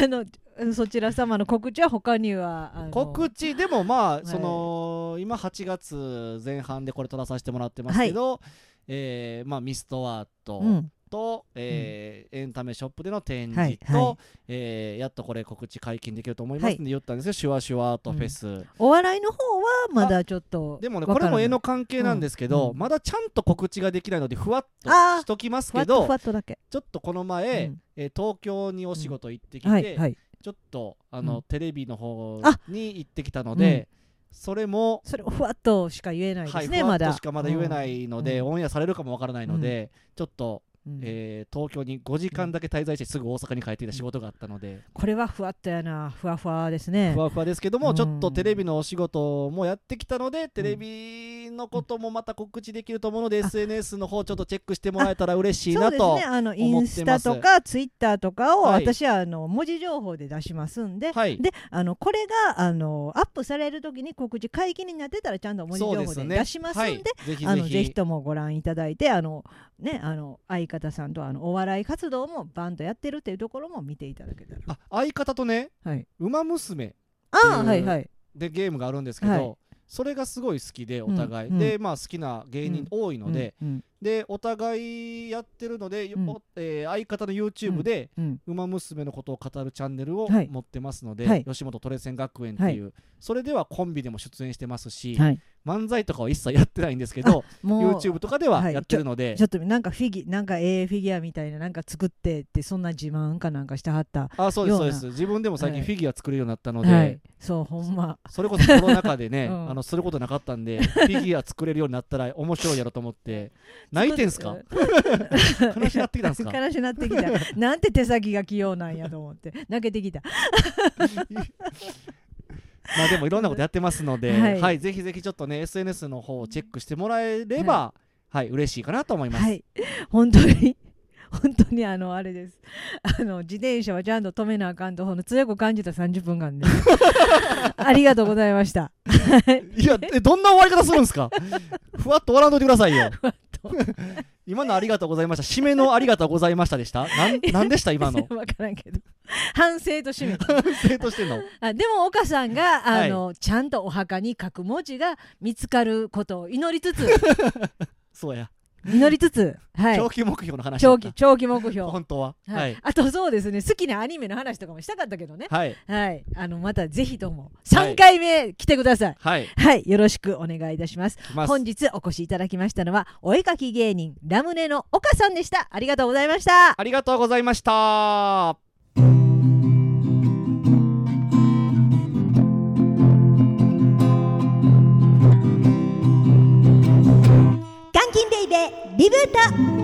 [SPEAKER 1] あの、そちら様の告知は他には。あの
[SPEAKER 2] 告知でもま
[SPEAKER 1] い
[SPEAKER 2] あその、今8月前半でこれ撮らさせてもらってますけど、えーまあ、ミストワート
[SPEAKER 1] うん、
[SPEAKER 2] と、えーエンタメショップでの展示と、
[SPEAKER 1] はいはい
[SPEAKER 2] えーやっとこれ告知解禁できると思いますんで言ったんですよ、シュワシュワートフェス、
[SPEAKER 1] お笑いの方はまだちょっと。
[SPEAKER 2] でもね
[SPEAKER 1] わ
[SPEAKER 2] こ
[SPEAKER 1] か
[SPEAKER 2] れ
[SPEAKER 1] らな
[SPEAKER 2] も
[SPEAKER 1] い
[SPEAKER 2] 絵の関係なんですけど、
[SPEAKER 1] うん
[SPEAKER 2] まだちゃんと告知ができないのでふわっと
[SPEAKER 1] あー
[SPEAKER 2] しときます
[SPEAKER 1] ふわ
[SPEAKER 2] け
[SPEAKER 1] っと
[SPEAKER 2] ど
[SPEAKER 1] ふわっとだけ。
[SPEAKER 2] ちょっとこの前、
[SPEAKER 1] うん
[SPEAKER 2] えー東京にお仕事行ってきて、
[SPEAKER 1] はい、はい。
[SPEAKER 2] ちょっとあの、
[SPEAKER 1] うん
[SPEAKER 2] テレビの方
[SPEAKER 1] あ
[SPEAKER 2] に行ってきたので、それも、
[SPEAKER 1] それふわっとしか言えないで
[SPEAKER 2] はい、
[SPEAKER 1] す
[SPEAKER 2] ふ
[SPEAKER 1] ね、
[SPEAKER 2] わ
[SPEAKER 1] ま
[SPEAKER 2] っと
[SPEAKER 1] だ。
[SPEAKER 2] しかまだ言えないので、
[SPEAKER 1] うん
[SPEAKER 2] オンエアされるかもわからないので、ちょっと、
[SPEAKER 1] うん
[SPEAKER 2] えー東京に5時間だけ滞在してすぐ大阪に帰ってきた仕事があったので、
[SPEAKER 1] これはふわっとやな、ふわふわですね
[SPEAKER 2] ふ。わふわですけども、
[SPEAKER 1] うん
[SPEAKER 2] ちょっとテレビのお仕事もやってきたのでテレビのこともまた告知できると思うので、SNS の方ちょっとチェックしてもらえたら嬉しい
[SPEAKER 1] そう
[SPEAKER 2] な
[SPEAKER 1] で
[SPEAKER 2] と、
[SPEAKER 1] すね、あのイ
[SPEAKER 2] 思ってます
[SPEAKER 1] ンスタとかツイッターとかを
[SPEAKER 2] はい
[SPEAKER 1] 私はあの文字情報で出しますんで、
[SPEAKER 2] はい
[SPEAKER 1] であのこれがあのアップされるときに告知解禁になってたらちゃんと文字情
[SPEAKER 2] そ
[SPEAKER 1] 報
[SPEAKER 2] う
[SPEAKER 1] です
[SPEAKER 2] ね
[SPEAKER 1] 出しますん
[SPEAKER 2] は
[SPEAKER 1] で
[SPEAKER 2] い、ぜひ
[SPEAKER 1] あ
[SPEAKER 2] ぜ
[SPEAKER 1] の
[SPEAKER 2] ひ
[SPEAKER 1] ぜひともご覧いただいてあの、ね、あの相方さんとあのお笑い活動もバンドやってるっていうところも見ていただけたら。
[SPEAKER 2] あ相方とね
[SPEAKER 1] はい、
[SPEAKER 2] 「ウマ娘
[SPEAKER 1] ああ、
[SPEAKER 2] うん
[SPEAKER 1] はいはい。」
[SPEAKER 2] でゲームがあるんですけど、
[SPEAKER 1] はい
[SPEAKER 2] それがすごい好きでお互い、
[SPEAKER 1] うん
[SPEAKER 2] でまあ好きな芸人多いので、
[SPEAKER 1] うん
[SPEAKER 2] でお互いやってるので、
[SPEAKER 1] うん
[SPEAKER 2] おえー相方の YouTube で、
[SPEAKER 1] うん
[SPEAKER 2] 馬娘のことを語るチャンネルを
[SPEAKER 1] はい
[SPEAKER 2] 持ってますので、
[SPEAKER 1] はい
[SPEAKER 2] 吉本トレセン学園っていう、それではコンビでも出演してますし、
[SPEAKER 1] はい、
[SPEAKER 2] 漫才とかは一切やってないんですけど
[SPEAKER 1] もう
[SPEAKER 2] YouTube とかでははいやってるので、
[SPEAKER 1] ちょっとなんかフィギなんか A フィギュアみたいななんか作ってってそんな自慢かなんかしてはった、
[SPEAKER 2] あそうです
[SPEAKER 1] よ
[SPEAKER 2] そうう
[SPEAKER 1] な
[SPEAKER 2] です自分でも最近
[SPEAKER 1] はい
[SPEAKER 2] フィギュア作るようになったので、
[SPEAKER 1] はい、そうほんま
[SPEAKER 2] それこそコロナ禍でね、
[SPEAKER 1] うん
[SPEAKER 2] あのすることなかったんでフィギュア作れるようになったら面白いやろと 思って泣いてんすか悲しなってきたんすか
[SPEAKER 1] 悲しなってきたなんて手先が器用なんやと思って泣けてきた
[SPEAKER 2] まあでもいろんなことやってますので、は
[SPEAKER 1] はいい
[SPEAKER 2] ぜひぜひちょっとね SNS の方をチェックしてもらえれば、はい嬉しいかなと思います。
[SPEAKER 1] はい本当に本当にあのあれですあの自転車はちゃんと止めなあかんとほんの強く感じた30分間で ありがとうございました
[SPEAKER 2] いや、えどんな終わり方するんで すかふわっと終わらんといてくださいよ。 今のありがとうございました。締めのありがとうございましたでした なんなんでした今の。
[SPEAKER 1] 分からんけど反省としめ
[SPEAKER 2] 生としての。
[SPEAKER 1] あでも岡さんがあの、ちゃんとお墓に書く文字が見つかることを祈りつつ
[SPEAKER 2] そうや。
[SPEAKER 1] 実りつつ、はい、
[SPEAKER 2] 長期目標の話だ
[SPEAKER 1] 長
[SPEAKER 2] っ
[SPEAKER 1] 期
[SPEAKER 2] た
[SPEAKER 1] 長期目標、はい
[SPEAKER 2] 本当ははい
[SPEAKER 1] あとそうですね好きなアニメの話とかもしたかったけどね
[SPEAKER 2] はい
[SPEAKER 1] はいあのまたぜひとも3回目来てください、
[SPEAKER 2] はいい
[SPEAKER 1] はい、よろしくお願いいたします
[SPEAKER 2] きます
[SPEAKER 1] 本日お越しいただきましたのはお絵かき芸人ラムネの岡さんでしたありがとうございました
[SPEAKER 2] ありがとうございました
[SPEAKER 4] 監禁ベイベーリブート